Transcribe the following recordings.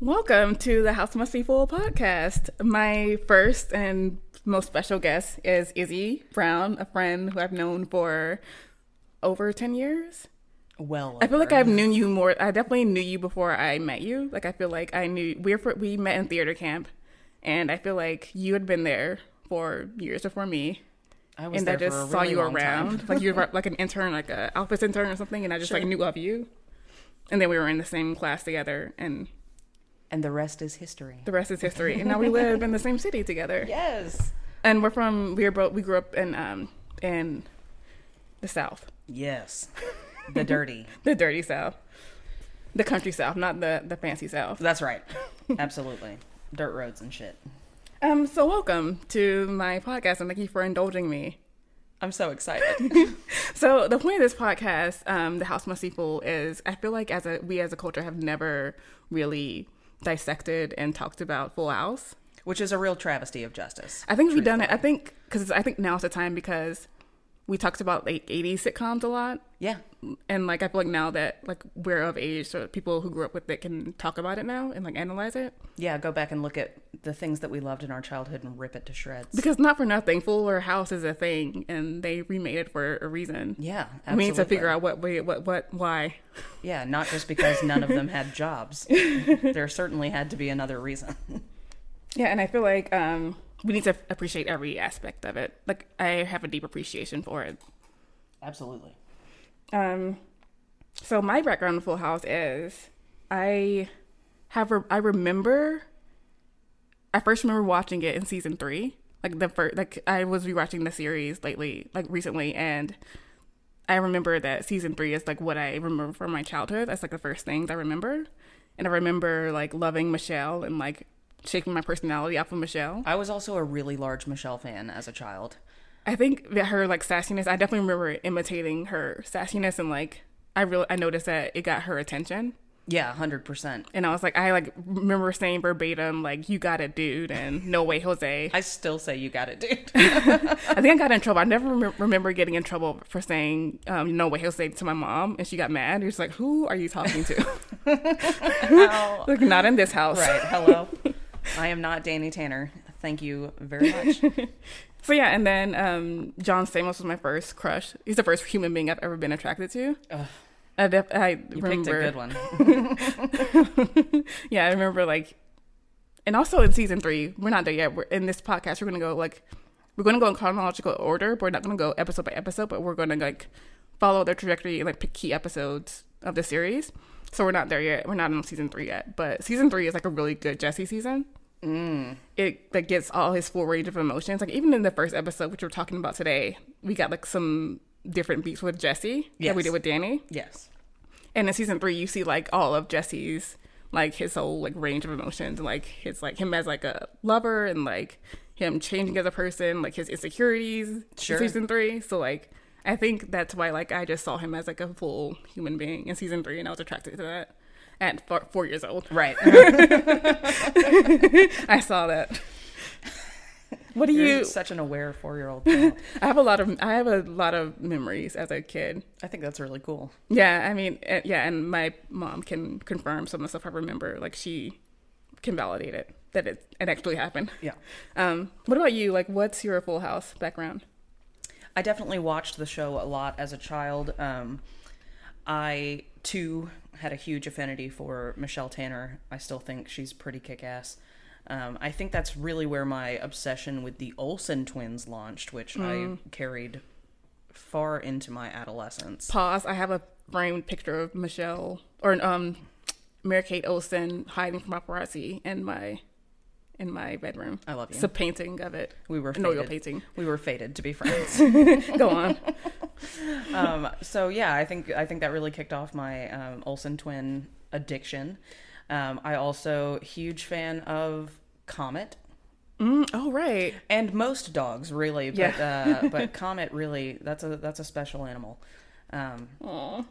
Welcome to the House Must Be Full podcast. My first and most special guest is Izzy Brown, a friend who I've known for over 10 years. Well, I feel like I've known you more. I definitely knew you before I met you. Like I feel like I knew we're fr- we met in theater camp, and I feel like you had been there for years before me, I and I there just for a saw really you long time. around. like you were like an intern, like a office intern or something, and I just like knew of you. And then we were in the same class together, and and the rest is history. the rest is history. And now we live in the same city together. Yes, And we're from we were both we grew up in um in the South, yes, the dirty. the dirty South, the country South, not the the fancy South. That's right. Absolutely, dirt roads and shit. Um, so welcome to my podcast, and thank you for indulging me. I'm so excited. So the point of this podcast, um, the House Must Be Full, is I feel like as a we as a culture have never really dissected and talked about Full House. Which is a real travesty of justice. I think we've done it. I think because I think now's the time because we talked about like '80s sitcoms a lot, Yeah, and like I feel like now that like we're of age, so people who grew up with it can talk about it now and like analyze it. yeah. Go back and look at the things that we loved in our childhood and rip it to shreds. Because not for nothing, Fuller House is a thing, and they remade it for a reason. Yeah, We need to figure absolutely. out what we, what, what, why. Yeah, not just because none of them had jobs. there certainly had to be another reason. Yeah, and I feel like um, we need to appreciate every aspect of it. Like I have a deep appreciation for it. Absolutely. Um, so my background in Full House is I have re- I remember I first remember watching it in season three. Like the first, like I was rewatching the series lately, like recently, and I remember that season three is like what I remember from my childhood. That's like the first things I remember, and I remember like loving Michelle and like shaking my personality off of Michelle. I was also a really large Michelle fan as a child. I think that her like sassiness, I definitely remember imitating her sassiness and like I really I noticed that it got her attention. Yeah, hundred percent. And I was like, I like remember saying verbatim, like, you got it, dude, and no way, Jose. I still say you got it, dude. I think I got in trouble. I never remem- remember getting in trouble for saying, um, no way, Jose to my mom. And she got mad. She was like, who are you talking to? like, not in this house. Right. Hello. I am not Danny Tanner. Thank you very much. So, yeah. And then um, John Stamos was my first crush. He's the first human being I've ever been attracted to. Ugh. I, def- I You remember. picked a good one. yeah, I remember like, and also in season three, we're not there yet. We're in this podcast. We're gonna go like, we're gonna go in chronological order. But we're not gonna go episode by episode, but we're gonna like follow their trajectory and like pick key episodes of the series. So we're not there yet. We're not in season three yet. But season three is like a really good Jesse season. Mm. It like gets all his full range of emotions. Like even in the first episode, which we're talking about today, we got like some different beats with Jesse that we Yes. did with Danny. Yes. And in season three, you see like all of Jesse's like his whole like range of emotions, and like his like him as like a lover and like him changing as a person, like his insecurities. in Sure. Season three, so like I think that's why like I just saw him as like a full human being in season three, and I was attracted to that at four, four years old. Right. I saw that. What do You're you? such an aware four-year-old. child. I have a lot of I have a lot of memories as a kid. I think that's really cool. Yeah, I mean, uh, yeah, and my mom can confirm some of the stuff I remember. Like she can validate it that it, it actually happened. Yeah. Um, what about you? Like, what's your Full House background? I definitely watched the show a lot as a child. Um, I too had a huge affinity for Michelle Tanner. I still think she's pretty kick-ass. Um, I think that's really where my obsession with the Olsen twins launched, which I carried far into my adolescence. Pause. I have a framed picture of Michelle or um, Mary Kate Olsen hiding from paparazzi in my in my bedroom. I love you. It's a painting of it. We were An oil fated. painting. We were fated to be friends. Go on. um, so yeah, I think I think that really kicked off my um, Olsen twin addiction. Um, I also huge fan of Comet mm, oh right. and most dogs really, but uh, but Comet really that's a that's a special animal. Um, Aww.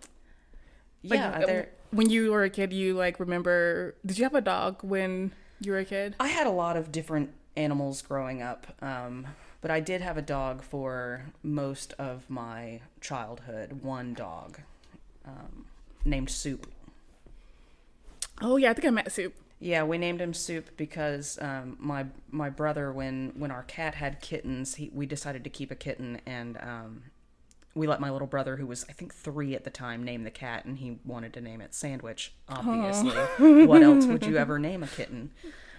yeah, Like, um, they're- when you were a kid, you like remember? Did you have a dog when you were a kid? I had a lot of different animals growing up, um, but I did have a dog for most of my childhood. One dog um, named Soup. Oh yeah, I think I met Soup. Yeah, we named him Soup because um, my my brother, when when our cat had kittens, he, we decided to keep a kitten, and um, we let my little brother, who was I think three at the time, name the cat, and he wanted to name it Sandwich. Obviously, what else would you ever name a kitten?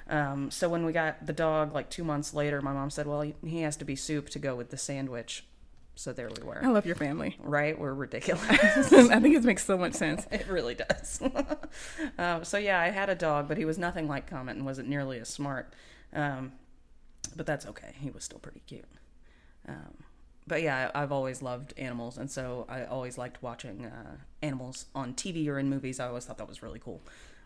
Um, so when we got the dog, like two months later, my mom said, "Well, he, he has to be Soup to go with the sandwich." So there we were. I love your family. Right? We're ridiculous. I think it makes so much sense. It really does. um, so yeah, I had a dog, but he was nothing like Comet and wasn't nearly as smart. Um, but that's okay. He was still pretty cute. Um, but yeah, I, I've always loved animals, and so I always liked watching uh, animals on TV or in movies. I always thought that was really cool.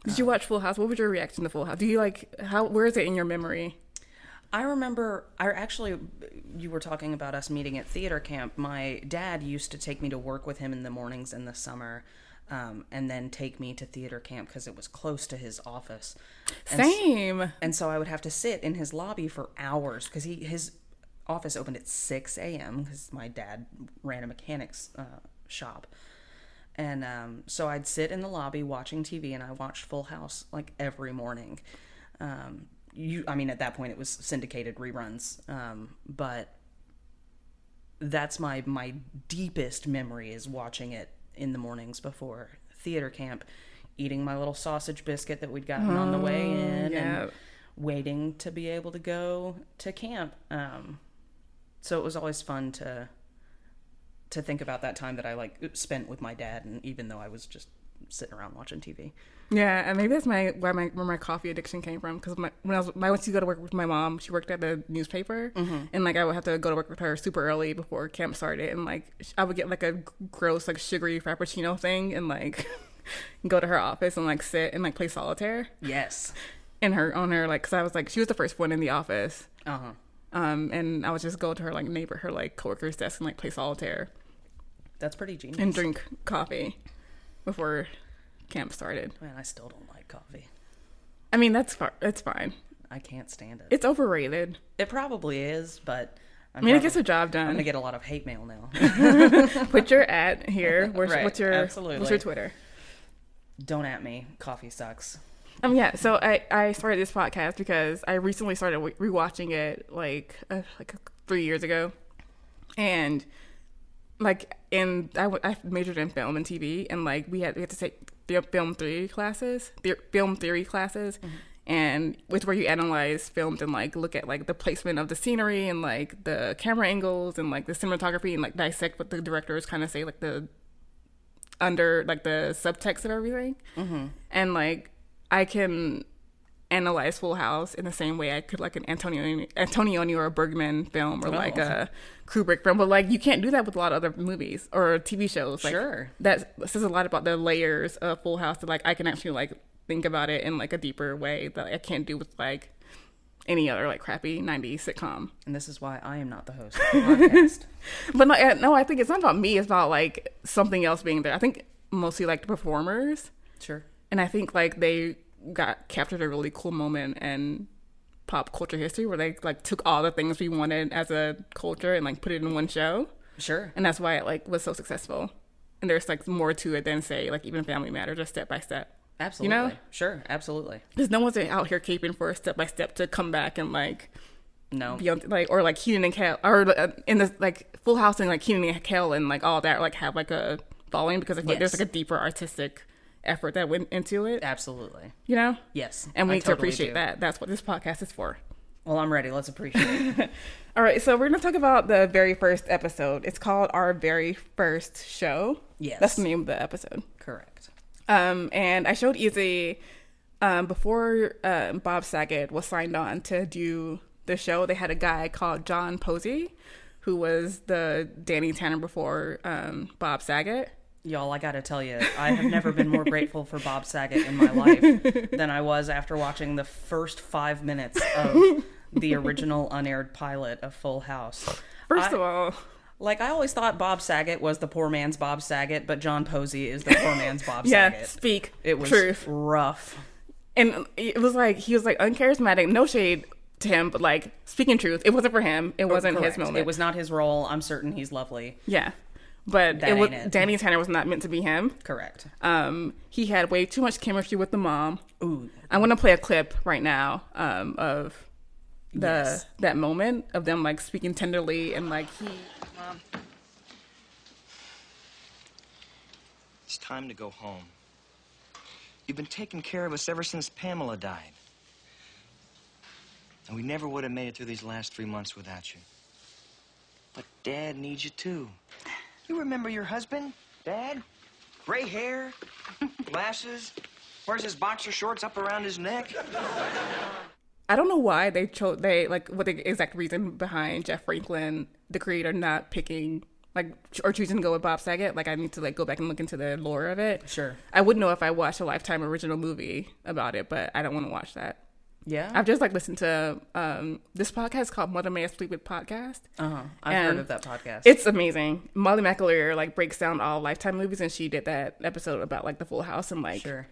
Did you watch Full House? What was your reaction to Full House? Do you like how? Where is it in your memory? I remember, I actually, you were talking about us meeting at theater camp. My dad used to take me to work with him in the mornings in the summer, um, and then take me to theater camp because it was close to his office. And s- Same. and so I would have to sit in his lobby for hours because he his office opened at six a.m. because my dad ran a mechanics uh, shop, and um, so I'd sit in the lobby watching TV, and I watched Full House like every morning. Um, you, I mean, at that point it was syndicated reruns, um, but that's my my deepest memory is watching it in the mornings before theater camp, eating my little sausage biscuit that we'd gotten on the way in, Oh, yeah. and waiting to be able to go to camp. Um, so it was always fun to to think about that time that I like spent with my dad, and even though I was just sitting around watching TV. Yeah, and maybe that's my where my where my coffee addiction came from. Because my when I was my, I went to go to work with my mom, she worked at the newspaper, and like I would have to go to work with her super early before camp started, and like sh- I would get like a g- gross like sugary frappuccino thing, and like go to her office and like sit and like play solitaire Yes. in her on her like because I was like she was the first one in the office, Uh huh. um, and I would just go to her like neighbor her like coworker's desk and like play solitaire That's pretty genius. and drink coffee before camp started. Man, I still don't like coffee. I mean that's far that's fine. I can't stand it. It's overrated. It probably is, but I'm I mean, it probably- gets the job I'm gonna done. get a lot of hate mail now. Put your at here. Where's, Right, What's your What's absolutely. your Twitter? Don't at me. Coffee sucks. Um, yeah. So I I started this podcast because I recently started w- rewatching it like uh, like three years ago, and like in I, w- I majored in film and TV, and like we had we had to take the film theory classes, the, film theory classes, and which where you analyze films and like look at like the placement of the scenery and like the camera angles and like the cinematography and like dissect what the directors kind of say like the under like the subtext of everything, and like I can analyze Full House in the same way I could like an Antonioni, Antonioni or a Bergman film or like a Kubrick film, but like you can't do that with a lot of other movies or TV shows. Like, Sure. that says a lot about the layers of Full House that like I can actually like think about it in like a deeper way that I can't do with like any other like crappy '90s sitcom. And this is why I am not the host of the podcast. But like, uh, no, I think it's not about me. It's about like something else being there. I think mostly like the performers. Sure. and I think like they got captured a really cool moment in pop culture history where they like took all the things we wanted as a culture and like put it in one show, Sure. and that's why it like was so successful. And there's like more to it than say like even Family Matters or Step by Step. Absolutely. You know? Sure. Absolutely. Because no one's out here caping for Step by Step to come back and like No. beyond like or like Keenan and Kel or uh, in the like Full House and like Keenan and Kel and like all that like have like a following because I feel like Yes. there's like a deeper artistic effort that went into it. Absolutely. You know. Yes. And we I need totally to appreciate do. that. That's what this podcast is for. Well, I'm ready. Let's appreciate it. All right, so we're going to talk about the very first episode. It's called Our Very First Show. Yes. That's the name of the episode. Correct. Um, and I showed Easy um, before uh, Bob Saget was signed on to do the show, they had a guy called John Posey, who was the Danny Tanner before um, Bob Saget. Y'all, I gotta tell you, I have never been more grateful for Bob Saget in my life than I was after watching the first five minutes of the original unaired pilot of Full House. First I- of all, Like I always thought Bob Saget was the poor man's Bob Saget, but John Posey is the poor man's Bob yeah, Saget. speak It was truth. rough. and it was like he was like uncharismatic no shade to him but like speaking truth it wasn't for him it wasn't his Oh, Correct. moment It was not his role. I'm certain he's lovely. yeah But That it was ain't it. Danny Tanner was not meant to be him. Correct. Um, he had way too much chemistry with the mom. Ooh. I'm gonna play a clip right now um, of the Yes. that moment of them like speaking tenderly and like he. It's time to go home. You've been taking care of us ever since Pamela died. And we never would have made it through these last three months without you. But Dad needs you too. You remember your husband, Dad? Gray hair, glasses, wears his boxer shorts up around his neck. I don't know why they chose they like what the exact reason behind Jeff Franklin, the creator, not picking like ch- or choosing to go with Bob Saget. Like I need to like go back and look into the lore of it. Sure. I would know if I watched a Lifetime original movie about it, but I don't want to watch that. Yeah. I've just like listened to um this podcast called Mother May I Sleep With Podcast. uh-huh. I've heard and of that podcast. It's amazing. Molly McAleer like breaks down all Lifetime movies, and she did that episode about like the Full House and like sure.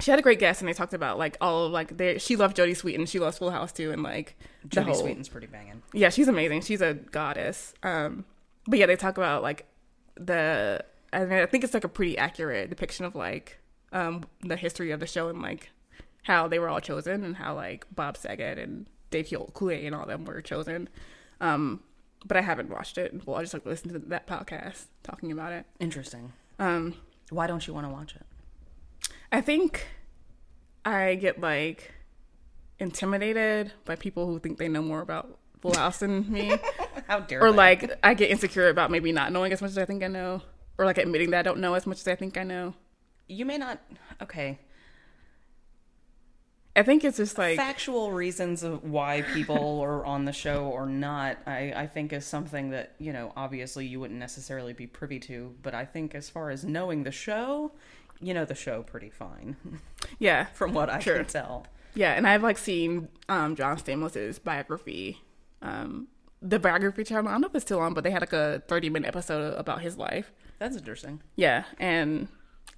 she had a great guest, and they talked about like all of, like their she loved Jodie Sweetin, she loves Full House too, and like the Jody whole Sweetin's pretty banging. yeah, she's amazing. She's a goddess. Um, but yeah, they talk about like the I, mean, I think it's like a pretty accurate depiction of like um the history of the show and like how they were all chosen and how like Bob Saget and Dave Hill- Coulier and all them were chosen. Um, but I haven't watched it. Well, I just like listened to that podcast talking about it. Interesting. Um, Why don't you want to watch it? I think I get like intimidated by people who think they know more about Full House than me. How dare or they? like I get insecure about maybe not knowing as much as I think I know, or like admitting that I don't know as much as I think I know. you may not okay I think it's just like factual reasons of why people are on the show or not I, I think is something that you know obviously you wouldn't necessarily be privy to but i think as far as knowing the show you know the show pretty fine yeah, from what i Sure. can tell yeah. And I've like seen um, John Stamos's biography, um, the biography channel. I don't know if it's still on, but they had like a thirty minute episode about his life. that's interesting Yeah, and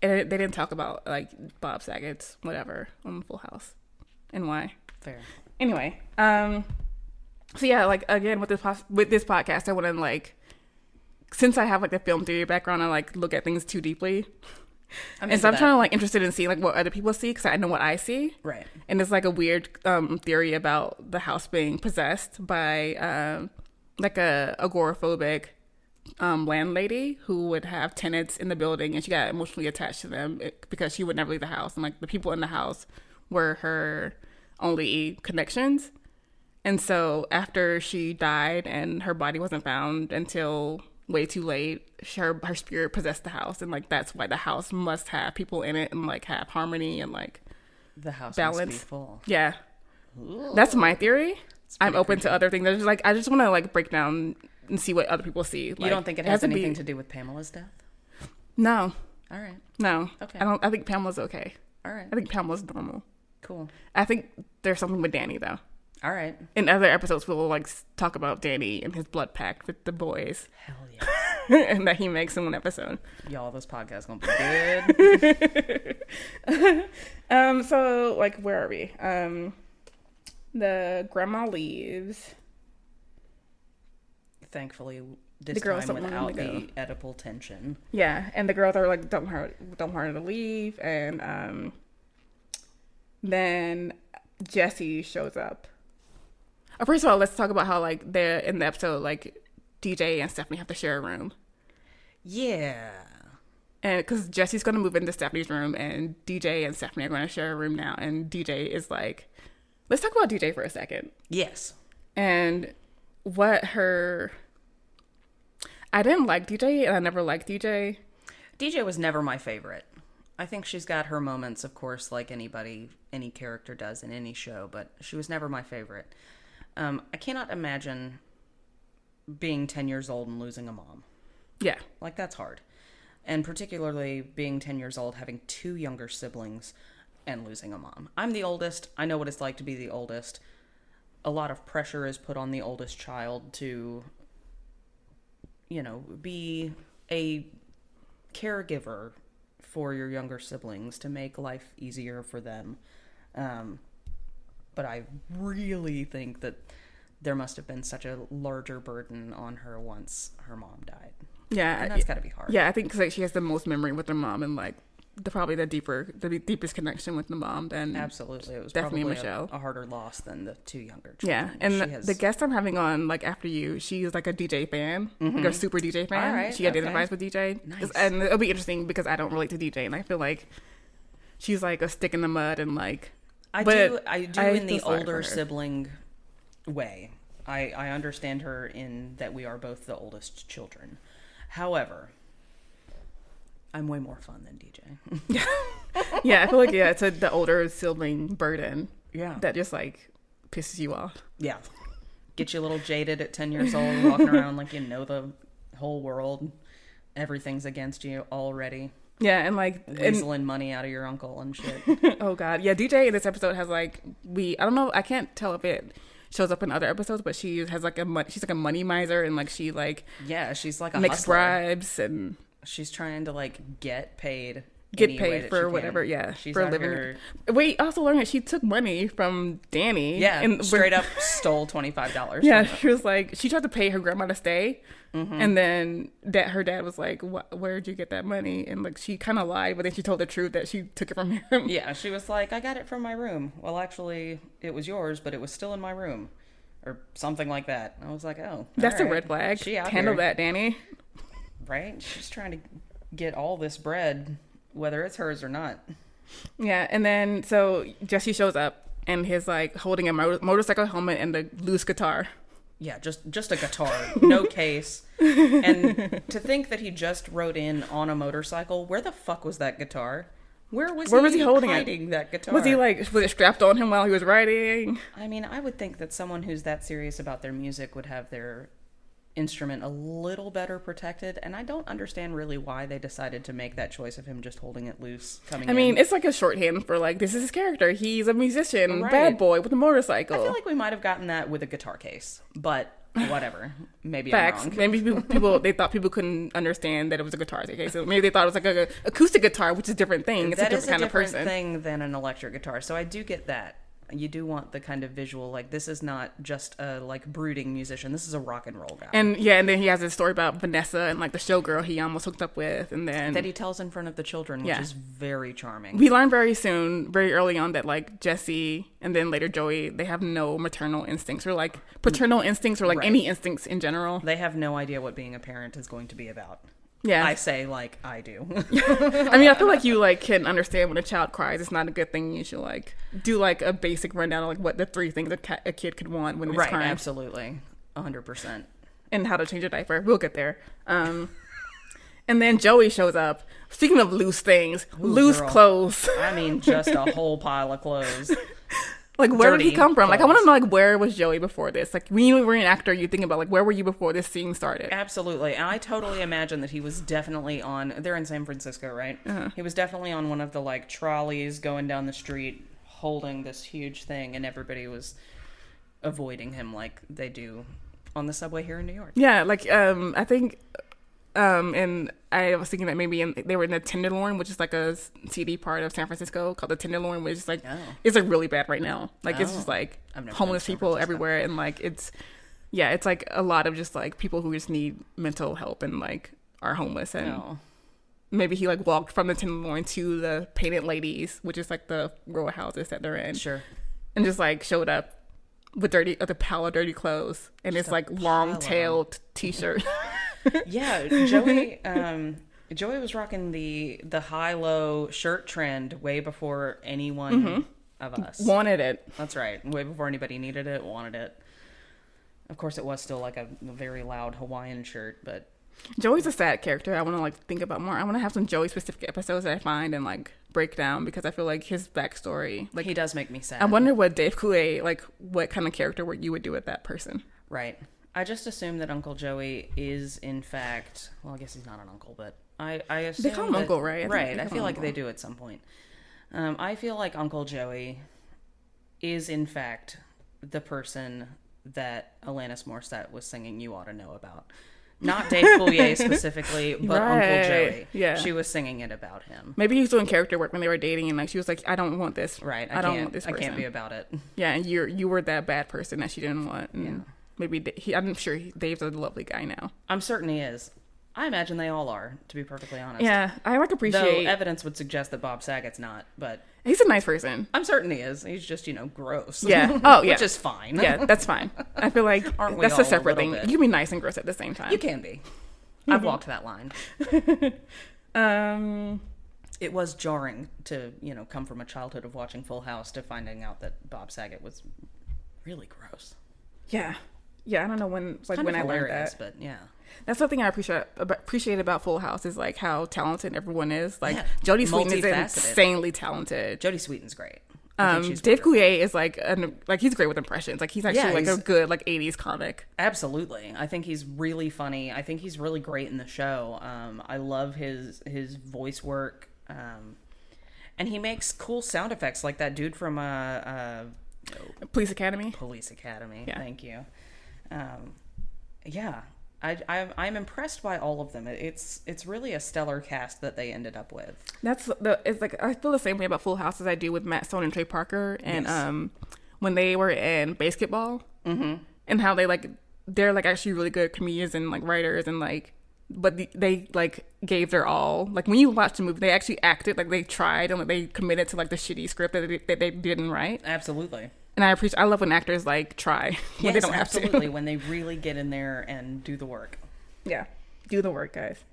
it, they didn't talk about like Bob Saget's whatever on Full House and why. fair anyway um so yeah like again with this pos- with this podcast i wouldn't like since i have like a film theory background i like look at things too deeply I'm and into so i'm that. trying to like interested in seeing like what other people see because i know what i see right and it's like a weird um theory about the house being possessed by um like a agoraphobic um landlady who would have tenants in the building and she got emotionally attached to them eh, because she would never leave the house and like the people in the house were her only connections and so after she died and her body wasn't found until way too late, she- her her spirit possessed the house and like that's why the house must have people in it and like have harmony and like the house must be balance. full Yeah, that's my theory. I'm open to other things. There's like I just want to like break down and see what other people see. you don't think it has anything to be... do with pamela's death No, all right no. Okay. I don't. I think Pamela's okay. all right I think Pamela's normal. cool I think there's something with Danny though. all right In other episodes, we'll like s- talk about Danny and his blood pact with the boys, hell yeah and that he makes in one episode. y'all this podcast gonna be good Um, so like where are we? Um the grandma leaves. thankfully this The girls time don't want without him to the edible tension Yeah, and the girls are like don't her don't want her to leave and um then Jesse shows up. Uh, First of all, let's talk about how like they're in the episode like DJ and Stephanie have to share a room. Yeah. And because Jesse's going to move into Stephanie's room, and DJ and Stephanie are going to share a room now. And DJ is like, let's talk about DJ for a second. Yes. and what her I didn't like DJ and I never liked DJ. DJ was never my favorite. I think she's got her moments, of course, like anybody, any character does in any show, but she was never my favorite. Um, I cannot imagine being 10 years old and losing a mom. Yeah. Like, that's hard. And particularly being 10 years old, having two younger siblings, and losing a mom. I'm the oldest. I know what it's like to be the oldest. A lot of pressure is put on the oldest child to, you know, be a caregiver for your younger siblings to make life easier for them. Um, but I really think that there must have been such a larger burden on her once her mom died. Yeah, And that's gotta be hard. Yeah, I think because like she has the most memory with her mom and like the probably the deeper, the deepest connection with the mom. Then Absolutely, it was Definitely probably a- Michelle. A, harder loss than the two younger Yeah, children. and the, she has, the guest I'm having on, like after you, she's like a DJ fan, like a super DJ fan. Mm-hmm. All right, she identifies okay. with DJ, Nice. and it'll be interesting because I don't relate to DJ, and I feel like she's like a stick in the mud and like. I but do. I do I in the feel sorry for older her. sibling way. I I understand her in that we are both the oldest children. However, I'm way more fun than DJ. yeah, I feel like yeah, it's a, the older sibling burden. Yeah. that just like pisses you off. yeah, get you a little jaded at ten years old, walking around like you know the whole world. Everything's against you already. Yeah, and like and Weaseling money out of your uncle and shit. Oh God, yeah. DJ in this episode has like we I don't know I can't tell if it shows up in other episodes, but she has like a mon- she's like a money miser and like she like Yeah, she's like a makes hustler. bribes and She's trying to like get paid. get any way paid that for she can. whatever. Yeah, she's for out living. here- We also learned that she took money from Danny. Yeah, and straight up stole twenty five dollars. Yeah, she was like she tried to pay her grandma to stay, Mm-hmm. and then that her dad was like, "Wh- "Where'd you get that money?" And like she kind of lied, but then she told the truth that she took it from him. yeah. She was like, "I got it from my room." Well, actually, it was yours, but it was still in my room, or something like that. I was like, "Oh, That's all a right. red flag. She out Handle here, that, Danny. right? She's trying to get all this bread, whether it's hers or not. Yeah, and then so Jesse shows up and he's like holding a mo- motorcycle helmet and a loose guitar. Yeah, just just a guitar, no case. And to think that he just rode in on a motorcycle. Where the fuck was that guitar? Where was Where he was he holding it? hiding that guitar? Was he like was it strapped on him while he was riding? I mean, I would think that someone who's that serious about their music would have their instrument a little better protected, and I don't understand really why they decided to make that choice of him just holding it loose coming I mean, in. it's like a shorthand for like this is his character. He's a musician, Right. bad boy with a motorcycle. I feel like we might have gotten that with a guitar case, but whatever. Maybe Facts. I'm wrong. Maybe people, people they thought people couldn't understand that it was a guitar. Okay, so maybe they thought it was like a, a acoustic guitar, which is a different thing. It's a That different is kind a different of person. thing than an electric guitar, so I do get that. You do want the kind of visual, like this is not just a like brooding musician. This is a rock and roll guy And yeah, and then he has this story about Vanessa and like the showgirl he almost hooked up with, and then that he tells in front of the children, which Yeah. is very charming. we learn very soon, very early on, that like Jesse and then later Joey, they have no maternal instincts or like paternal instincts or like Right. any instincts in general. they have no idea what being a parent is going to be about. Yeah, I I, say like I do. mean, I feel like you like can understand when a child cries. It's not a good thing. You should like do like a basic rundown of like what the three things a, ca- a kid could want when it's right, crying absolutely. 100%. and how to change a diaper. We'll get there. Um, and then Joey shows up. Speaking of loose things, loose girl. clothes. I mean just a whole pile of clothes. Like where did he Dirty come from? Like I want to clothes. know like where was Joey before this? Like when you were an actor, you think about like where were you before this scene started? Absolutely. And I totally imagine that he was definitely on they're in San Francisco, right? He was definitely on one of the like trolleys going down the street holding this huge thing and everybody was avoiding him like they do on the subway here in New York. Yeah, like um, I think, um, and I was thinking that maybe in, they were in the Tenderloin, which is like a s- CD part of San Francisco called the Tenderloin, which is like it's like really bad right now. Like it's just Oh. like I've never been homeless to San people Francisco. everywhere, and like it's yeah, it's like a lot of just like people who just need mental help and like are homeless and. No. Maybe he like walked from the Tenderloin to the Painted Ladies, which is like the row of houses that they're in, Sure. and just like showed up with dirty, with a pile of dirty clothes and it's like long tailed t-shirt. Yeah, Joey. Um, Joey was rocking the the high low shirt trend way before anyone of us. wanted it. That's right. Way before anybody needed it, wanted it. Of course, it was still like a very loud Hawaiian shirt, but Joey's a sad character. I want to like think about more. I want to have some Joey specific episodes that I find and like break down because I feel like his backstory. Like he does make me sad. I wonder what Dave Coulier like what kind of character work you would do with that person. Right. I just assume that Uncle Joey is in fact. Well, I guess he's not an uncle, but I I assume call him that- uncle, right? I think they right. call I him feel like they uncle. do at some point. Um, I feel like Uncle Joey is in fact the person that Alanis Morissette was singing "You Ought to Know" about. Not Dave Coulier specifically, but Right. Uncle Joey. Yeah. she was singing it about him. Maybe he was doing character work when they were dating and like she was like, I don't want this. Right. I, I, don't can't. want this I person. can't be about it. yeah, and you are you were that bad person that she didn't want. And Maybe Da- he. I'm sure he, Dave's a lovely guy now. I'm certain he is. I imagine they all are, to be perfectly honest. Yeah, I like Though appreciate. evidence would suggest that Bob Saget's not, but he's a nice person. I'm certain he is. He's just, you know, gross. Yeah. Oh, yeah. Which is fine. Yeah, that's fine. I feel like Aren't we that's all a a separate little thing. bit? You can be nice and gross at the same time. You can be. Mm-hmm. I've walked that line. Um, It was jarring to, you know, come from a childhood of watching Full House to finding out that Bob Saget was really gross. yeah, yeah. I don't know when like when I learned that. but yeah. That's something I appreciate ab- appreciate about Full House is like how talented everyone is. Like Yeah. Jodie Sweetin is Multifaceted. insanely talented. Jodie Sweetin's great. I think Um, she's Dave wonderful. Coulier is like an, like he's great with impressions. Like he's actually Yeah, like a he's- good like '80s comic. Absolutely. I think he's really funny. I think he's really great in the show. Um, I love his his voice work. Um, and he makes cool sound effects like that dude from uh, uh, Police Academy. Police Academy. Yeah. Thank you. Um, yeah. I, I, I'm impressed by all of them. It- It's it's really a stellar cast that they ended up with. That's the it's like I feel the same way about Full House as I do with Matt Stone and Trey Parker and um when they were in basketball Mm-hmm. and how they like they're like actually really good comedians and like writers and like but the, they like gave their all like when you watch the movie they actually acted like they tried and like they committed to like the shitty script that they, that they didn't write Absolutely. and I appreciate I love when actors like try when they yes, don't have absolutely. to when they really get in there and do the work. yeah do the work guys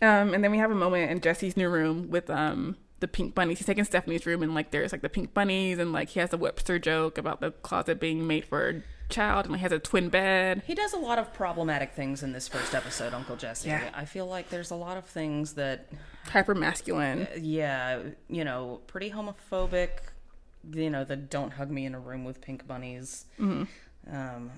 um and then we have a moment in Jesse's new room with um the pink bunnies he's taking Stephanie's room and like there's like the pink bunnies and like he has a Webster joke about the closet being made for a child and he has a twin bed He does a lot of problematic things in this first episode, Uncle Jesse. Yeah. I feel like there's a lot of things that, hyper masculine yeah, you know, pretty homophobic. You know, the "don't hug me in a room with pink bunnies." Mm-hmm. Um,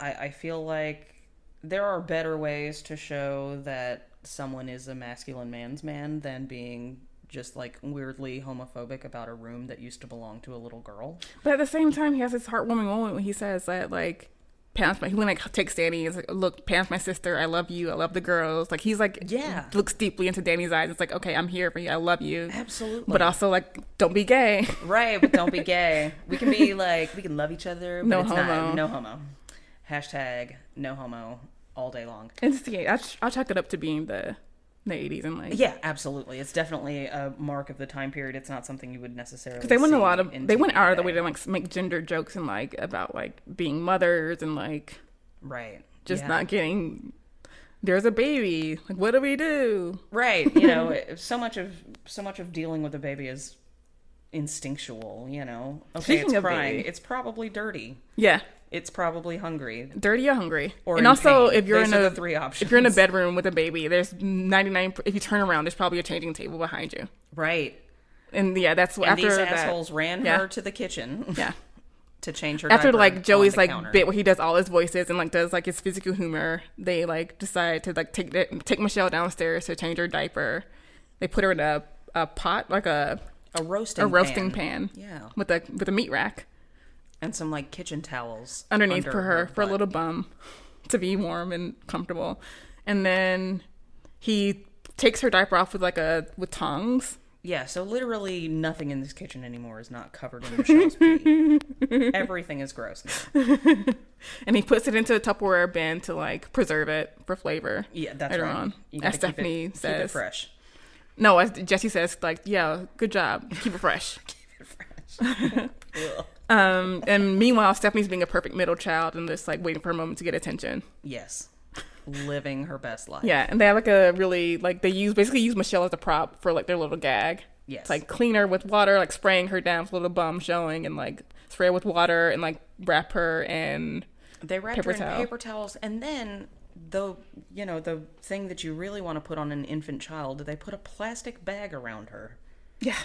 I, I feel like there are better ways to show that someone is a masculine man's man than being just like weirdly homophobic about a room that used to belong to a little girl. But at the same time, he has this heartwarming moment when he says that, like, Pam's my, he went like takes Danny and is like, look, Pam's my sister. I love you. I love the girls. Like, he's like, Yeah. looks deeply into Danny's eyes. It's like, okay, I'm here for you. I love you. Absolutely. But also, like, don't be gay. Right, but don't be gay. We can be like we can love each other, but No it's homo. not no homo. Hashtag no homo all day long. And it's, yeah, I'll, I'll chalk it up to being the, the 80s and like, Yeah, absolutely. It's definitely a mark of the time period. It's not something you would necessarily. They went a see lot of in they went TV out of the way today. to like make gender jokes and like about like being mothers and like right, just Yeah. not getting there's a baby like what do we do right. You know, it- so much of so much of dealing with a baby is instinctual. You know, okay, Speaking it's of crying. baby- It's probably dirty. yeah It's probably hungry. dirty or hungry. Or and in also, pain. if you're Those in are a the three options. if you're in a bedroom with a baby, there's 99. If you turn around, there's probably a changing table behind you. Right. And yeah, that's what And after these that. assholes ran Yeah. her to the kitchen Yeah. to change her. After diaper like on Joey's the like counter. bit where he does all his voices and like does like his physical humor, they like decide to like take the- take Michelle downstairs to change her diaper. They put her in a, a pot like a a roasting a roasting pan. Yeah. With a with a meat rack and some like kitchen towels underneath under for her, for a butt. little bum to be warm and comfortable. And then he takes her diaper off with like a with tongs. Yeah, so literally nothing in this kitchen anymore is not covered in Michelle's pee. Everything is gross. now. And he puts it into a Tupperware bin to like preserve it for flavor. Yeah, that's later right. on. You As gotta keep it- Stephanie keep it, says. fresh. No, as Jesse says, like, yeah, good job. Keep it fresh. Ugh. um, and meanwhile, Stephanie's being a perfect middle child and just like waiting for a moment to get attention. Yes, living her best life. Yeah, and they have like a really like they use basically use Michelle as a prop for like their little gag. Yes. It's like clean her with water, like spraying her down with a little bum showing, and like spray her with water and like wrap her in. They wrapped Paper her in towel. paper towels, and then the you know the thing that you really want to put on an infant child, they put a plastic bag around her. Yeah.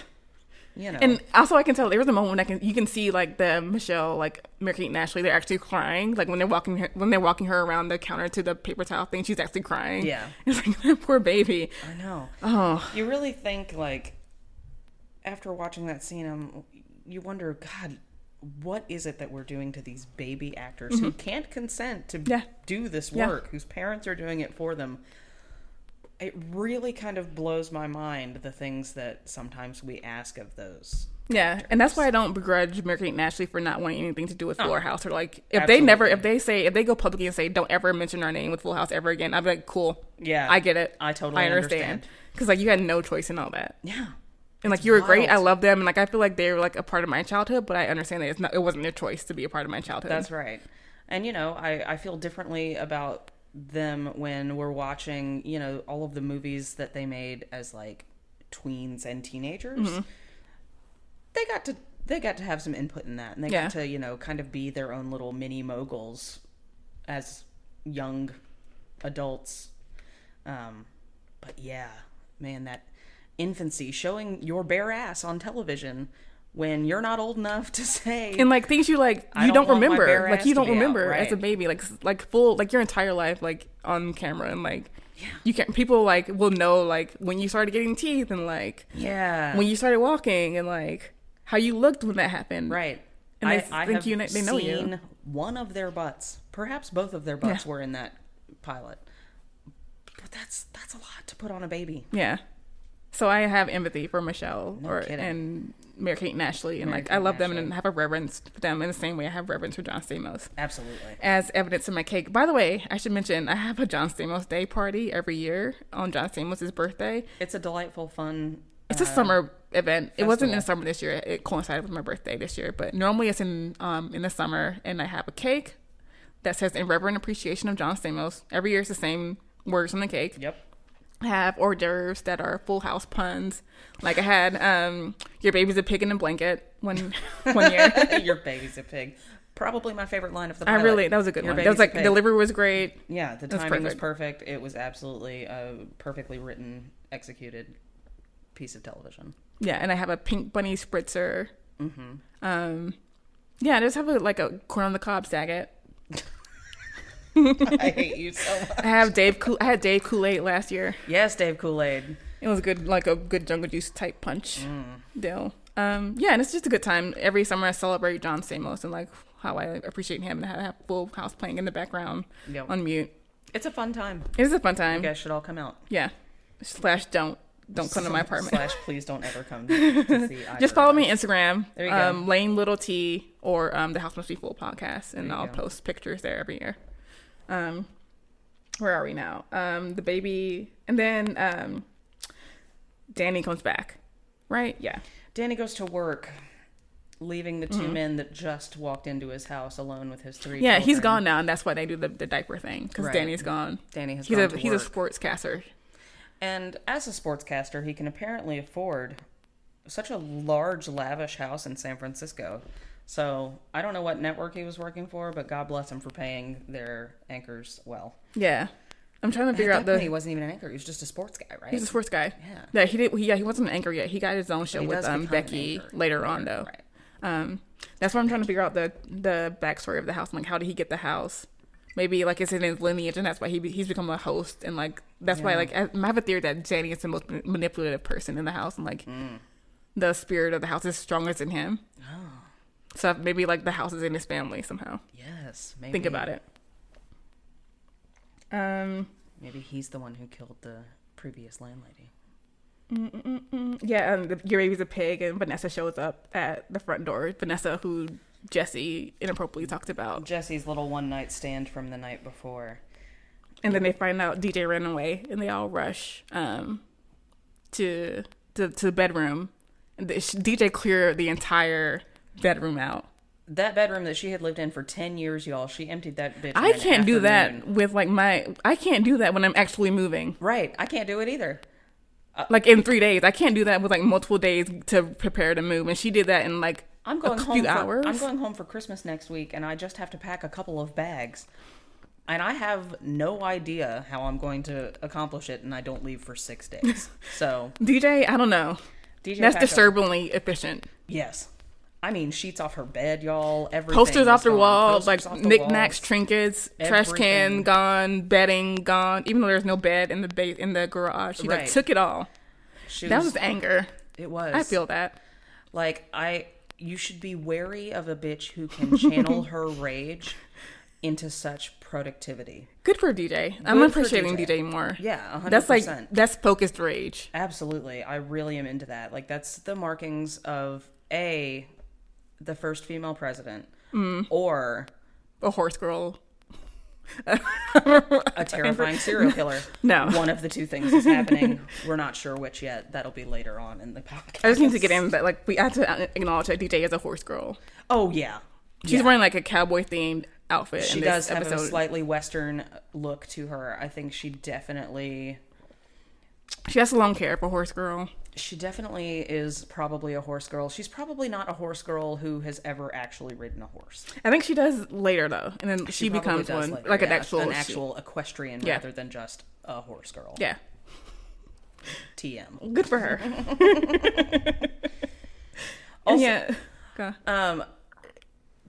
You know, And also, I can tell there was a moment when I can you can see like the Michelle like Mary Kate and Ashley they're actually crying like when they're walking her, when they're walking her around the counter to the paper towel thing she's actually crying Yeah. it's like that poor baby I know. oh you really think like after watching that scene um, you wonder god what is it that we're doing to these baby actors who can't consent to Mm-hmm. Yeah. do this Yeah. work whose parents are doing it for them it really kind of blows my mind the things that sometimes we ask of those Yeah, and that's why I don't begrudge Mary Kate and Ashley for not wanting anything to do with Full House. Or like, if they never, if they say, if they go public and say, don't ever mention our name with Full House ever again, I'm like, cool. Yeah. I get it. I totally understand. Because like you had no choice in all that, Yeah. and like you were great. I wild. love them, and like I feel like they were like a part of my childhood. But I understand that it's not, it wasn't their choice to be a part of my childhood. That's right. And you know, I, I feel differently about them when we're watching, you know, all of the movies that they made as like tweens and teenagers. Mm-hmm. They got to they got to have some input in that and they Yeah. got to, you know, kind of be their own little mini moguls as young adults. Um but yeah, man, that infancy showing your bare ass on television when you're not old enough to say and like things you like you don't don't, want my remember bare like ass you to don't be out, remember right. as a baby like s- like full like your entire life like on camera and like you can people like will know like when you started getting teeth and like Yeah. when you started walking and like how you looked when that happened right. and they think you kn- they know you. One of their butts, perhaps both of their butts, Yeah. were in that pilot. But that's that's a lot to put on a baby. yeah so I have empathy for Michelle or kidding. and Mary Kate and Ashley and like Kate I love and them and have a reverence for them in the same way I have reverence for John Stamos Absolutely. as evidence in my cake. By the way, I should mention I have a John Stamos Day party every year on John Stamos' birthday. It's a delightful, fun. It's a summer event. It wasn't in the Um, festival. summer this year. It coincided with my birthday this year, but normally it's in um, in the summer, and I have a cake that says "In Reverent Appreciation of John Stamos." Every year, it's the same words on the cake. Yep. I have hors d'oeuvres that are Full House puns. Like I had um, "Your baby's a pig in a blanket" one one year. Your baby's a pig. Probably my favorite line of the I pilot. really that was a good Your one. That baby's was like a pig. delivery was great. Yeah, the That's timing was perfect. It was absolutely a perfectly written, executed piece of television. Yeah, and I have a pink bunny spritzer. Mm-hmm. Um, yeah, I just have a, like a corn on the cob saget. I hate you so much. I have Dave. Kool- I had Dave Kool Aid last year. Yes, Dave Kool Aid. It was good, like a good jungle juice type punch Mm. deal. Um, yeah, and it's just a good time. Every summer I celebrate John Stamos and like how I appreciate him and how I have Full House playing in the background Yep. on mute. It's a fun time. It was a fun time. You guys should all come out. Yeah. Slash don't don't come to my apartment. Slash, please don't ever come to see. either Just follow of me us. on Instagram, There you go. um, Lane Little T, or um, the House Must Be Full podcast, and There you I'll go. post pictures there every year. Um, where are we now? Um, the baby, and then um, Danny comes back, right? Yeah, Danny goes to work, leaving the 2 men that just walked into his house alone with his three. Mm-hmm. yeah. He's children. gone now, and that's why they do the, the diaper thing because Right. Danny's gone. Danny has he's gone a to he's a work. sportscaster. And as a sportscaster, he can apparently afford such a large, lavish house in San Francisco. So I don't know what network he was working for, but God bless him for paying their anchors well. Yeah, I'm trying to At figure that out the point, he wasn't even an anchor; he was just a sports guy, right? He's a sports guy. Yeah. Yeah, he did. He, yeah, he wasn't an anchor yet. He got his own show he with does um, become an Becky anchor. later on, though. Right. Um, that's why I'm trying to figure out the the backstory of the house. Like, how did he get the house? Maybe like it's in his lineage, and that's why he be- he's become a host, and like that's why like I, I have a theory that Danny is the most ma- manipulative person in the house, and like Mm. the spirit of the house is strongest in him. Oh. So maybe like the house is in his family somehow. yes, maybe. Think about it. Um. Maybe he's the one who killed the previous landlady. Yeah, and the, your baby's a pig, and Vanessa shows up at the front door. Vanessa, who Jesse inappropriately talked about, Jesse's little one night stand from the night before. and then they find out DJ ran away, and they all rush um, to, to to the bedroom. And the, DJ cleared the entire bedroom out. That bedroom that she had lived in for 10 years, y'all, she emptied that bitch. in I an can't do that afternoon. with like my. I can't do that when I'm actually moving. Right. I can't do it either. Uh, Like in three days, I can't do that with like multiple days to prepare to move. And she did that in like I'm going a home few for, hours. I'm going home for Christmas next week and I just have to pack a couple of bags. And I have no idea how I'm going to accomplish it and I don't leave for 6 days. So, DJ, I don't know. DJ That's packed up- disturbingly efficient. Yes. I mean, sheets off her bed, y'all, everything. posters was off the gone. wall, Posters off like the knickknacks, walls. trinkets, trash can Everything. gone, bedding gone. Even though there's no bed in the ba- in the garage, she Right. like took it all. She That was anger. it was. I feel that. Like I you should be wary of a bitch who can channel her rage into such productivity. Good for DJ. I'm Good for appreciating DJ. DJ. more. Yeah, 100%. that's like that's focused rage. Absolutely. I really am into that. Like that's the markings of A, the first female president, Mm. or A horse girl. a terrifying serial killer. No. One of the two things is happening. We're not sure which yet. That'll be later on in the podcast. I just need to get in that like we have to uh, acknowledge that DJ is a horse girl. Oh, yeah. She's wearing like a cowboy themed outfit. She in this does have episode. a slightly Western look to her. I think she definitely. She has long hair for horse girl. She definitely is probably a horse girl. She's probably not a horse girl who has ever actually ridden a horse. I think she does later though, and then she, probably becomes does one later, like an yeah, actual an she- actual equestrian Yeah. rather than just a horse girl. yeah, TM. good for her. And Also, yeah, Go. Uh, um,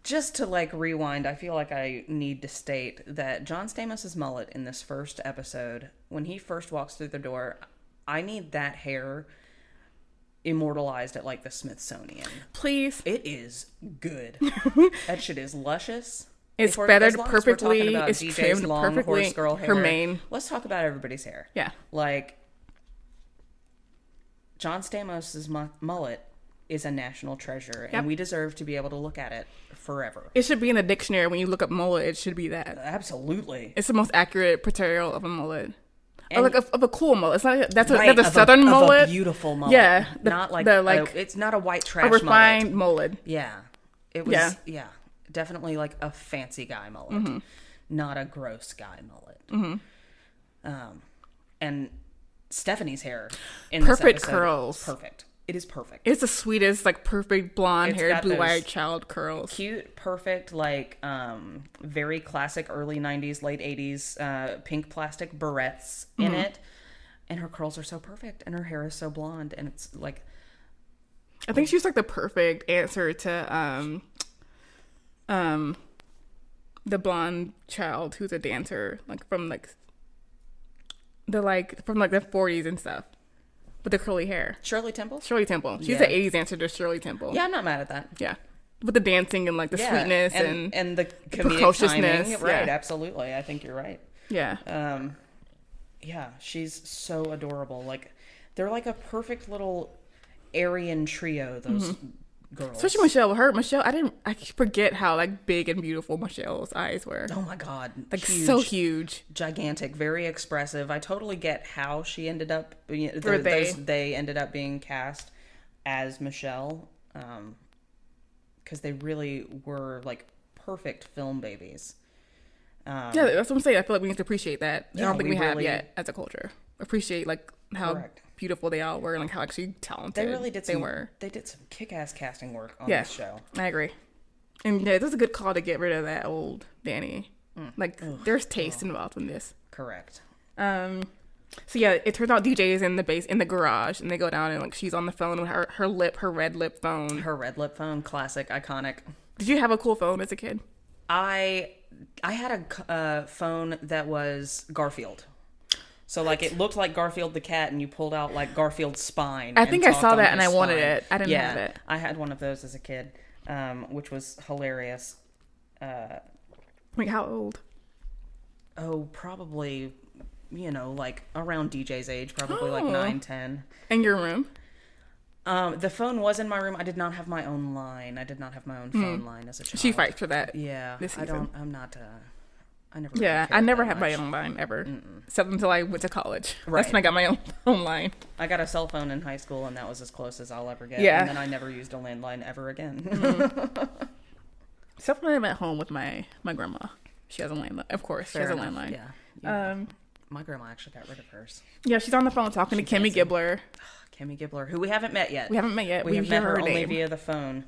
just to like rewind, I feel like I need to state that John Stamos's mullet in this first episode, when he first walks through the door, I need that hair immortalized at like the Smithsonian. please. It is good. that shit is luscious. It's If we're- feathered as long as we're talking perfectly, about it's DJ's trimmed long perfectly, horse girl her hair, mane. Let's talk about everybody's hair. Yeah. Like John Stamos's mu- mullet is a national treasure, Yep. and we deserve to be able to look at it forever. It should be in the dictionary when you look up mullet. It should be that. Absolutely. It's the most accurate portrayal of a mullet. Or And- like of, of a cool mullet. It's not that's a, Right, that's a of southern of mullet. beautiful mullet. Yeah, the- not like the, a- like, it's not a white trash a refined mullet. mullet. Yeah. It was Yeah. Mm-hmm. yeah. Definitely like a fancy guy mullet. Not a gross guy mullet. Mm-hmm. Um and Stephanie's hair in this Perfect episode, curls. Perfect. It is perfect. It's the sweetest, like perfect blonde It's hair, got blue eyed those child curls. cute, perfect, like um, very classic early '90s, late '80s uh, pink plastic barrettes in Mm-hmm. it, and her curls are so perfect, and her hair is so blonde, and it's like I think she's like the perfect answer to um, um, the blonde child who's a dancer, like from like the like from like the forties and stuff, with the curly hair. Shirley Temple. Shirley Temple. She's Yeah. the eighties answer to Shirley Temple. Yeah, I'm not mad at that. yeah, with the dancing and like the Yeah, sweetness and, and and the comedic precociousness, timing. Right, yeah. absolutely. I think you're right. yeah, Um, yeah, she's so adorable. Like they're like a perfect little Aryan trio. Those girls. especially Michelle. Her Michelle, I didn't. I forget how like big and beautiful Michelle's eyes were. oh my god, Like so huge. gigantic, very expressive. I totally get how she ended up. you know, Or th- they. those- they ended up being cast as Michelle, because they really were like perfect film babies. Yeah, that's what I'm saying. I feel like we need to appreciate that. I Yeah, don't think we, we have really- yet as a culture. Appreciate like how Correct. beautiful they all were and like how actually They talented really did. Some, They were. They did some kick-ass casting work on Yeah, this show. I agree. And yeah, this is a good call to get rid of that old Danny. Mm. Like there's taste involved in this. Correct. Um, so yeah, it turns out DJ is in the base in the garage, and they go down and like she's on the phone with her her lip, her red lip phone. Her red lip phone, classic, iconic. Did you have a cool phone as a kid? I I had a c- uh, phone that was Garfield. So like it looked like Garfield the cat, and you pulled out like Garfield's spine. I and think I talked saw on that his and I wanted spine. it. I didn't have it. I had one of those as a kid, um, which was hilarious. Like how old? Oh, probably, you know, like around DJ's age, probably Oh. like nine, ten. In your room? Um, the phone was in my room. I did not have my own line. I did not have my own phone line as a child. Hmm. She fights for that. Yeah, this I season. don't. I'm not. Uh, I never. really Yeah, I cared never that had my much. own line ever, except until I went to college. That's Right. when I got my own, own line. I got a cell phone in high school, and that was as close as I'll ever get. Yeah. And then I never used a landline ever again. Except when I'm at home with my my grandma. She has a landline, of course. she has Fair a enough. landline. Yeah. Yeah. Um, My grandma actually got rid of hers. yeah, she's on the phone talking to Kimmy Gibbler Kimmy Gibbler, who we haven't met yet. We haven't met yet. We, We have hear met her her um, only name. via the phone.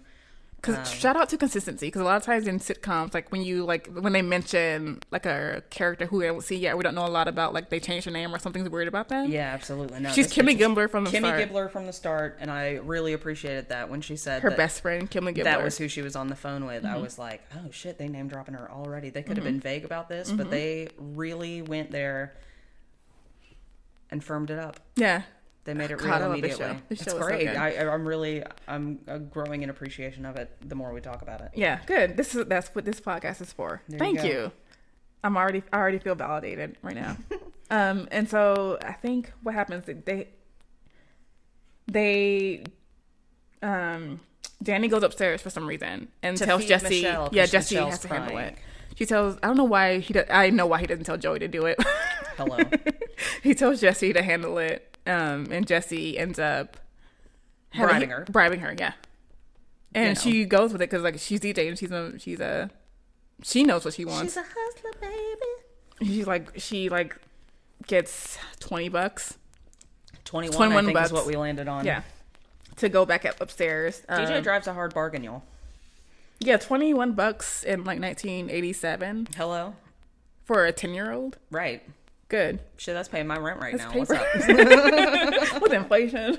because shout out to consistency because a lot of times in sitcoms like when you like when they mention like a character who we don't see yet we don't know a lot about like they changed her name or something's weird about them Yeah, absolutely. No, she's this Kimmy bitch is- Gibbler from the Kimmy start Gibbler from the start, and I really appreciated that when she said her that best friend Kimmy Gibbler that was who she was on the phone with. Mm-hmm. I was like, oh shit, they name dropping her already. They could have been vague about this, Mm-hmm. but they really went there and firmed it up. yeah They made it God, real I love this immediately. show. This It's show is so great. good. I, I- I'm really I'm uh, growing in appreciation of it the more we talk about it. yeah good this is that's what this podcast is for you thank go. you, i'm already i already feel validated right now um and so i think what happens is they they um Danny goes upstairs for some reason and To tells feed Jesse. Michelle, 'cause yeah, Jesse Michelle's has to handle crying. it. She tells. I don't know why he. Do, I know why he doesn't tell Joey to do it. Hello. he tells Jesse to handle it, um, and Jesse ends up having- Bribing her. Bribing her, yeah. And You know. she goes with it because like she's DJ and she's a she's a she knows what she wants. a hustler, baby. She's like she like gets twenty bucks. 21, 21 I think bucks. is what we landed on. Yeah. To go back up upstairs. DJ Um, drives a hard bargain, y'all. yeah, twenty one bucks in like nineteen eighty seven Hello? for a ten year old. Right. Good. Shit, that's paying my rent right It's now. paper. What's up? with inflation.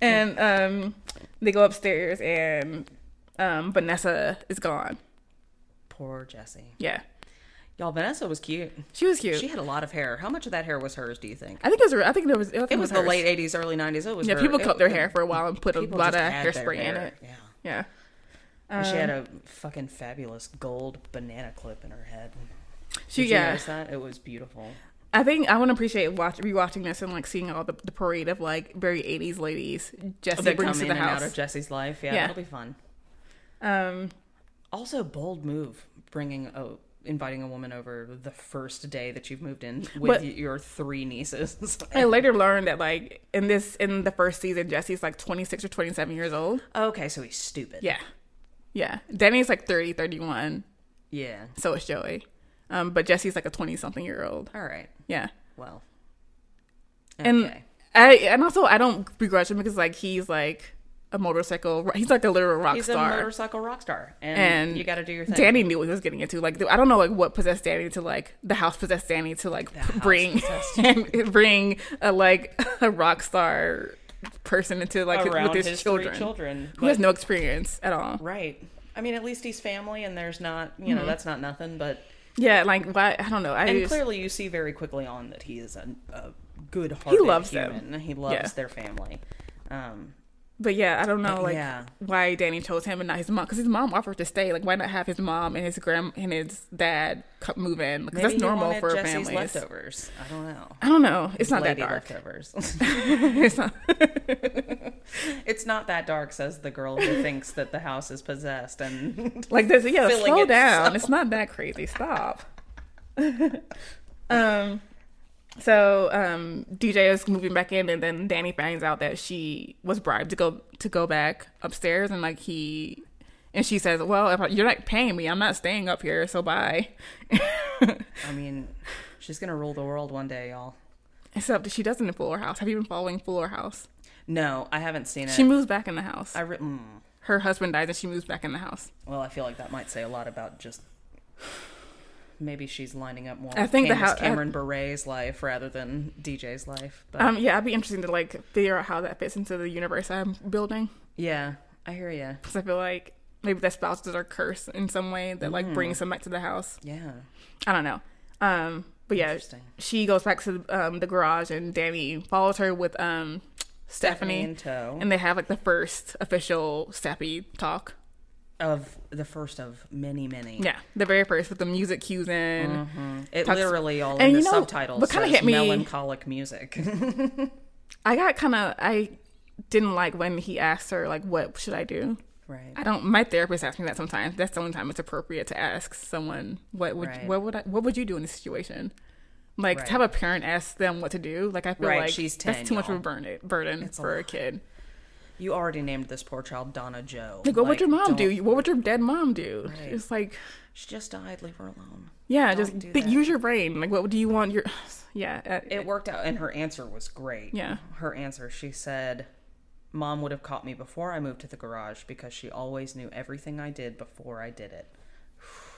and um, they go upstairs, and um, Vanessa is gone. Poor Jesse. Yeah, Y'all, Vanessa was cute. she was cute. She had a lot. of hair. How much of that hair was hers? Do you think? I think it was. I think it was. I think It was the hers. late '80s, early '90s. It was. Yeah, her- people it- cut their hair for a while and put a people lot of just had their hairspray in hair. it. Um, Yeah, Yeah, And she had a fucking fabulous gold banana clip in her head. she. Did you yeah, Oh, notice that? It was beautiful. I think I want to appreciate watch rewatching this and like seeing all the, the parade of like very '80s ladies. Jesse That brings come to in the and out house. of Jesse's life. Yeah, Yeah. it'll be fun. um, Also, bold move, bringing a inviting a woman over the first day that you've moved in with But- your three nieces. I later learned that like in this in the first season, Jesse's like 26 or 27 years old. okay, so he's stupid. Yeah. Yeah. Danny's like 30, 31. Yeah. So is Joey. Um, but Jesse's like a 20 something year old. All right. Yeah. Well. And okay. I, and also I don't begrudge him because like he's like a motorcycle, he's like a literal rock He's star. a motorcycle rock star, and, and you got to do your thing. Danny knew what he was getting into. Like I don't know like what possessed Danny to like the house possessed Danny to like house bring and bring a like a rock star person into like around with his, children, three children. who has no experience at all. right? I mean, at least he's family, and there's not you know Mm-hmm. that's not nothing. But Yeah, like why? I don't know. I and just, clearly, you see very quickly on that he is a, a good-hearted loves them. human. He loves Yeah. their family. Um, But yeah, I don't know like yeah. why Danny chose him and not his mom because his mom offered to stay. Like, why not have his mom and his grand and his dad co- move in? Because maybe that's he normal wanted for Jesse's families. leftovers. I don't know. I don't know. It's not that Lady dark. leftovers. it's not. it's not that dark, says the girl who thinks that the house is possessed. And Like this, yeah. Filling Slow it down. yourself. It's not that crazy. Stop. um. So um, DJ is moving back in, and then Danny finds out that she was bribed to go to go back upstairs, and like he, and she says, "Well, if I, you're not paying me, I'm not staying up here. So bye." I mean, she's gonna rule the world one day, y'all. Except she doesn't in Fuller House. Have you been following Fuller House? No, I haven't seen it. She moves back in the house. I re- mm. Her husband dies and she moves back in the house. Well, I feel like that might say a lot about just maybe she's lining up more. I with think the Candace hou- I- Cameron Bure's life rather than DJ's life. But Um, yeah, I'd be interested to like figure out how that fits into the universe I'm building yeah, I hear you. because I feel like maybe the spouses are cursed in some way that like Hmm. brings them back to the house. Yeah, I don't know. Um, but yeah, Interesting. she goes back to um, the garage and Danny follows her with um, Stephanie, Stephanie in tow. and they have like the first official sappy talk. of the first of many, many. Yeah, the very first with the music cues in. Mm-hmm. It Talks- literally all and in the you know, subtitles what kinda says hit me- melancholic music. I got kind of I didn't like when he asked her like what should I do. right. I don't. My therapist asks me that sometimes. That's the only time it's appropriate to ask someone what would Right. what would I what would you do in this situation. Like Right. to have a parent ask them what to do. Like I feel Right, like she's 10, that's too much of a y'all. burden burden a for a, lot. kid. You already named this poor child Donna Joe. Like what would your mom don't- do? What would your dead mom do? Right. It's like She just died. Leave her alone. yeah, Don't just do th- that. use your brain. Like what do you want your yeah uh, it worked out and her answer was great Yeah. her answer she said mom would have caught me before i moved to the garage because she always knew everything i did before i did it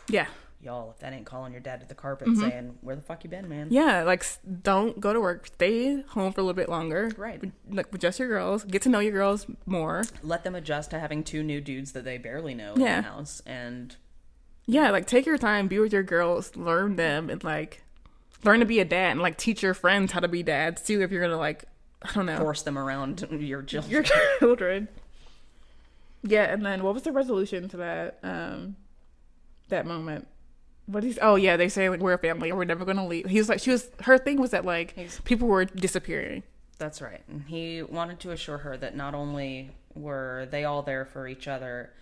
yeah y'all if that ain't calling your dad to the carpet saying where the fuck you been man Mm-hmm. yeah like s- don't go to work. Stay home for a little bit longer. Right. Like adjust your girls. Get to know your girls more. let them adjust to having two new dudes that they barely know in Yeah. the house and Yeah, like take your time, be with your girls, learn them, and like learn to be a dad, and like teach your friends how to be dads too. If you're gonna like, I don't know, force them around your children your children. Yeah, and then what was the resolution to that? Um, that moment. What is? Oh yeah, they say like we're a family, we're never gonna leave. He was like, she was. Her thing was that like people were disappearing. That's right. And he wanted to assure her that not only were they all there for each other,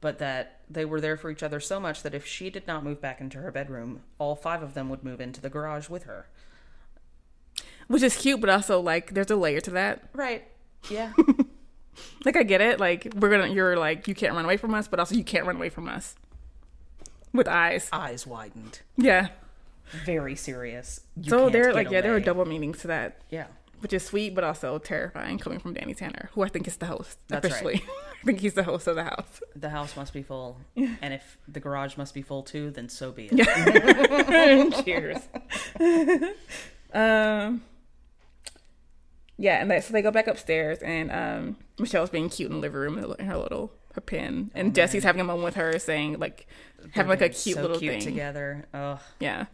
but that they were there for each other so much that if she did not move back into her bedroom, all five of them would move into the garage with her. which is cute, but also like there's a layer to that. Right. Yeah. Like I get it. Like we're gonna, you're like you can't run away from us, but also you can't run away from us with eyes. Eyes widened. Yeah. Very serious. You so can't there, get like, yeah, there were away. double meanings to that, Yeah. which is sweet but also terrifying coming from Danny Tanner, who I think is the host That's right. officially. I think he's the host of the house. The house must be full. And if the garage must be full too, then so be it. Cheers. um, yeah, and that, so they go back upstairs, and um, Michelle's being cute in the living room in her little her pin, Oh, and Jesse's having a moment with her, saying like having like a Being cute so little cute thing. together. Ugh. Yeah,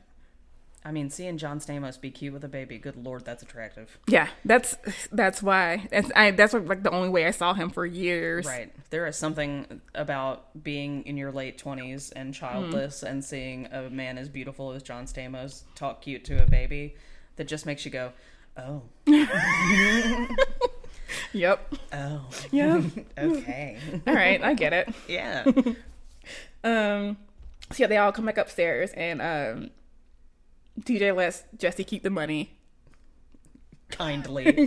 I mean, seeing John Stamos be cute with a baby, good lord, that's attractive. yeah. That's that's why. That's I. That's what, like the only way I saw him for years. Right. There is something about being in your late 20s and childless Mm-hmm. and seeing a man as beautiful as John Stamos talk cute to a baby that just makes you go, oh, Yep. oh, Yeah. okay. All right. I get it. yeah. Um, so yeah, they all come back upstairs, and um, DJ lets Jesse keep the money. Kindly.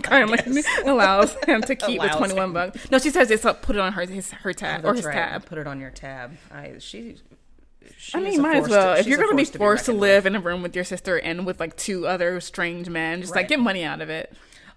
kind of like allows him to keep the Allows twenty one bucks. No, she says it's up, put it on her his her tab or That's his right. tab. Put it on your tab. I, she, she I is mean, a might as force well. to- if she's you're a going to be force be forced to reckoned with. live in a room with your sister and with like two other strange men, just like Right. get money out of it.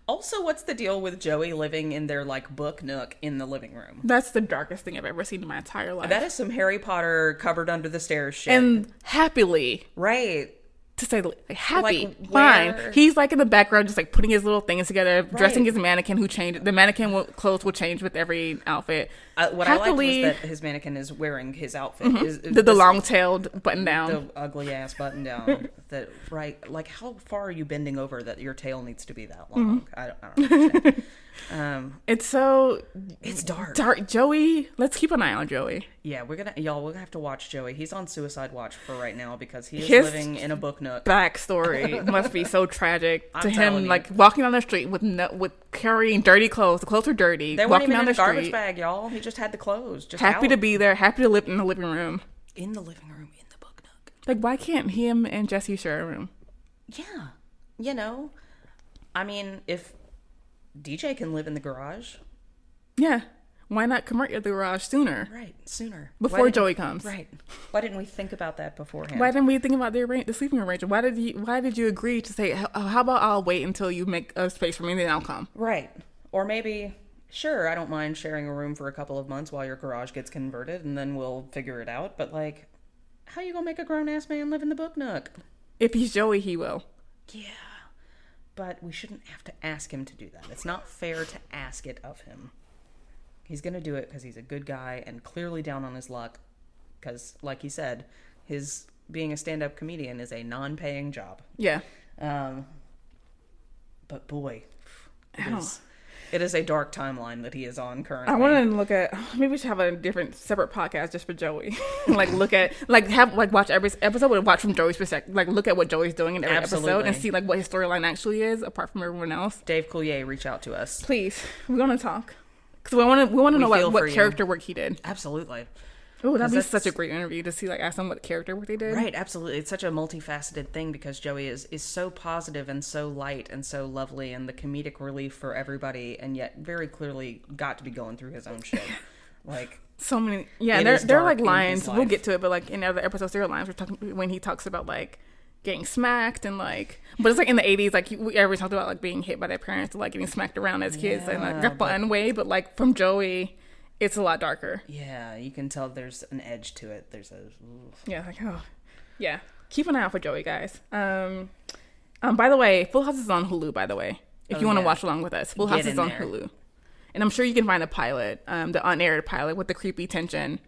Also, what's the deal with Joey living in their like book nook in the living room? That's the darkest thing I've ever seen in my entire life. That is some Harry Potter cupboard under the stairs shit. and happily, right. to say the le- like, happy, Like, fine. where- He's like in the background, just like putting his little things together, dressing his mannequin who changed. The mannequin will, clothes will change with every outfit. Uh, what Happily- I liked was that his mannequin is wearing his outfit. Is, Mm-hmm. the, the this- long tailed button down. the ugly ass button down. that right, like how far are you bending over that your tail needs to be that long? Mm-hmm. I, don't, I don't understand. um, it's so it's dark. dark. Joey, let's keep an eye on Joey. Yeah, we're gonna y'all. We're gonna have to watch Joey. He's on suicide watch for right now because he is His- living in a book nook. backstory must be so tragic to I'm him. telling Like walking down the street with no, with carrying dirty clothes. The clothes are dirty. They weren't walking even down in the a garbage street, bag, y'all. He just had the clothes. Just happy to out. be there, happy to live in the living room. in the living room in the book nook. Like, why can't him and Jesse share a room? Yeah, you know, I mean, if DJ can live in the garage, Yeah, why not convert your garage sooner right? Sooner Why before didn't- Joey comes? Right. Why didn't we think about that beforehand? Why didn't we think about the, arra- the sleeping arrangement? Why did you Why did you agree to say, "Oh, "How about I'll wait until you make a space for me, and then I'll come"? Right. Or maybe, sure, I don't mind sharing a room for a couple of months while your garage gets converted and then we'll figure it out. But, like, how you gonna make a grown ass man live in the book nook? If he's Joey, he will. Yeah. But we shouldn't have to ask him to do that. It's not fair to ask it of him. He's gonna do it because he's a good guy and clearly down on his luck. Because, like he said, his being a stand up comedian is a non paying job. Yeah, Um, but boy, it Ow. is, it is a dark timeline that he is on currently. I want to look at. Maybe we should have a different, separate podcast just for Joey. like, look at, like, have like watch every episode and watch from Joey's perspective. Like, look at what Joey's doing in every episode and Absolutely. see like what his storyline actually is, apart from everyone else. Dave Coulier reach out to us. Please, we want to talk because we want to. We want to know feel what, for what you. character work he did. Absolutely. Oh, that'd be 'Cause such a that's- great interview to see like ask them what character work they did. Right, absolutely. It's such a multifaceted thing because Joey is, is so positive and so light and so lovely and the comedic relief for everybody and yet very clearly got to be going through his own shit. like So many. Yeah, It they're is they're dark like in lines. his We'll life. get to it, but like in other episodes, there are lines. We're talking when he talks about like getting smacked and like, but it's like in the eighties, like you- we always talked about like being hit by their parents, like getting smacked around as kids, and like Yeah, that's a fun way. But like from Joey, it's a lot darker. yeah, you can tell there's an edge to it. There's a oof. Yeah, like oh, yeah. Keep an eye out for Joey, guys. Um, um. By the way, Full House is on Hulu. By the way, if Oh, you want to yeah. watch along with us, Full Get House is in on there. Hulu, and I'm sure you can find the pilot, um, the unaired pilot with the creepy tension,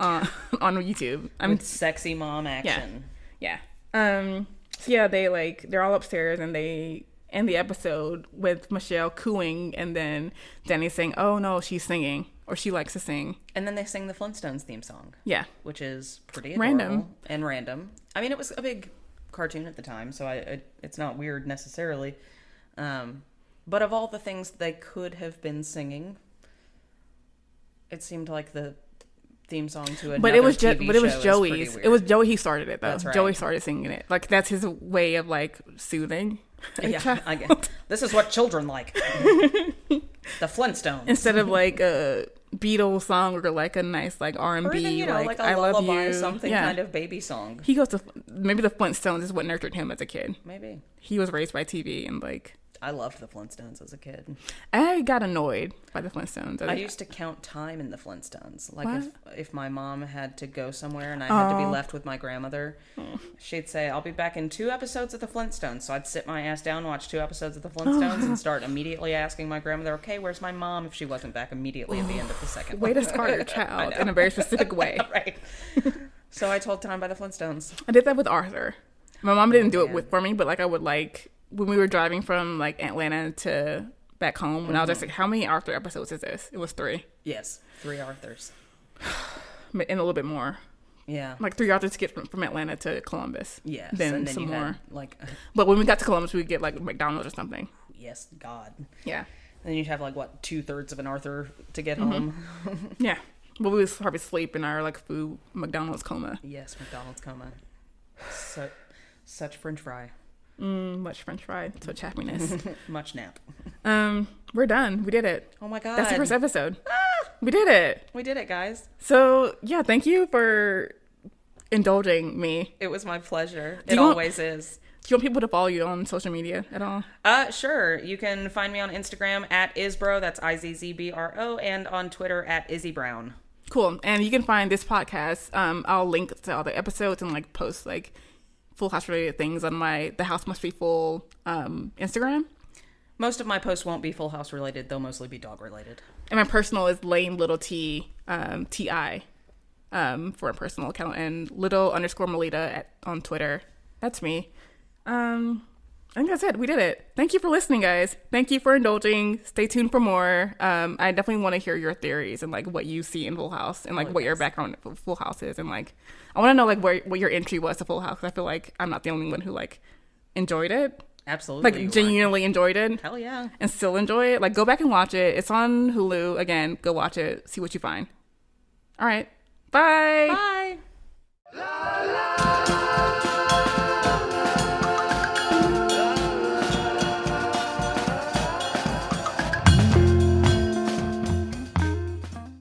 uh, on YouTube. I'm sexy mom action. Yeah. Um. So yeah, they like they're all upstairs and they end the episode with Michelle cooing and then Danny saying, "Oh no, she's singing or she likes to sing." And then they sing the Flintstones theme song. Yeah. which is pretty Random. adorable and random. I mean, it was a big cartoon at the time, so I it, it's not weird necessarily. Um, but of all the things they could have been singing, It seemed like the theme song to another But it was just, just, but it was Joey's. It was Joey. He started it though. That's right. Joey started singing it. Like that's his way of like soothing. a yeah, child. I guess. This is what children like. the Flintstones. Instead of like a Beatles song or like a nice like R and Or even, B, you know, like, like, a I love lullaby, you, something Yeah. kind of baby song. He goes to maybe the Flintstones is what nurtured him as a kid. Maybe. He was raised by TV and like I loved the Flintstones as a kid. I got annoyed by the Flintstones. I I, used to count time in the Flintstones. Like if, if my mom had to go somewhere and I Oh. had to be left with my grandmother, she'd say, "I'll be back in two episodes of the Flintstones." So I'd sit my ass down, watch two episodes of the Flintstones, and start immediately asking my grandmother, "Okay, where's my mom?" If she wasn't back immediately at the end of the second. way one. to scar your child in a very specific way. right. so I told time by the Flintstones. I did that with Arthur. My mom didn't do Oh, it with for me, but like I would like when we were driving from like Atlanta to back home, and I Mm-hmm. was just like, "How many Arthur episodes is this?" It was three, Yes, three Arthurs. and a little bit more, Yeah. like three Arthurs to get from, from Atlanta to Columbus. Yes, then, and then some you more. had like, uh, But when we got to Columbus, we'd get like McDonald's or something. yes, God. Yeah, Then you'd have like what two thirds of an Arthur to get Mm-hmm. home. yeah. But we was probably sleep in our like food McDonald's coma. Yes, McDonald's coma. So, such French fry, Mm, much French fry, such happiness. much nap. um, we're done. We did it. Oh my god, That's the first episode. We did it. we did it, guys! So yeah, thank you for indulging me. It was my pleasure. you it want- always is. Do you want people to follow you on social media at all? Uh, sure. You can find me on Instagram at isbro. That's I Z Z B R O, and on Twitter at Izzy Brown. Cool. And you can find this podcast. Um, I'll link to all the episodes and like post like full house related things on my the house must be full um Instagram. Most of my posts won't be Full House related; they'll mostly be dog related. And my personal is Lane Little T um T I um for a personal account and little underscore Melita at on Twitter. That's me. Um I think that's it. We did it. Thank you for listening, guys. Thank you for indulging. Stay tuned for more. Um, I definitely want to hear your theories and like what you see in Full House and like what your background with Full House is and like I want to know like where what your entry was to Full House. 'cause I feel like I'm not the only one who like enjoyed it, Absolutely, like you are. genuinely enjoyed it Hell yeah! and still enjoy it, like go back and watch it. It's on Hulu again. Go watch it. See what you find. All right. Bye. Bye. La, la,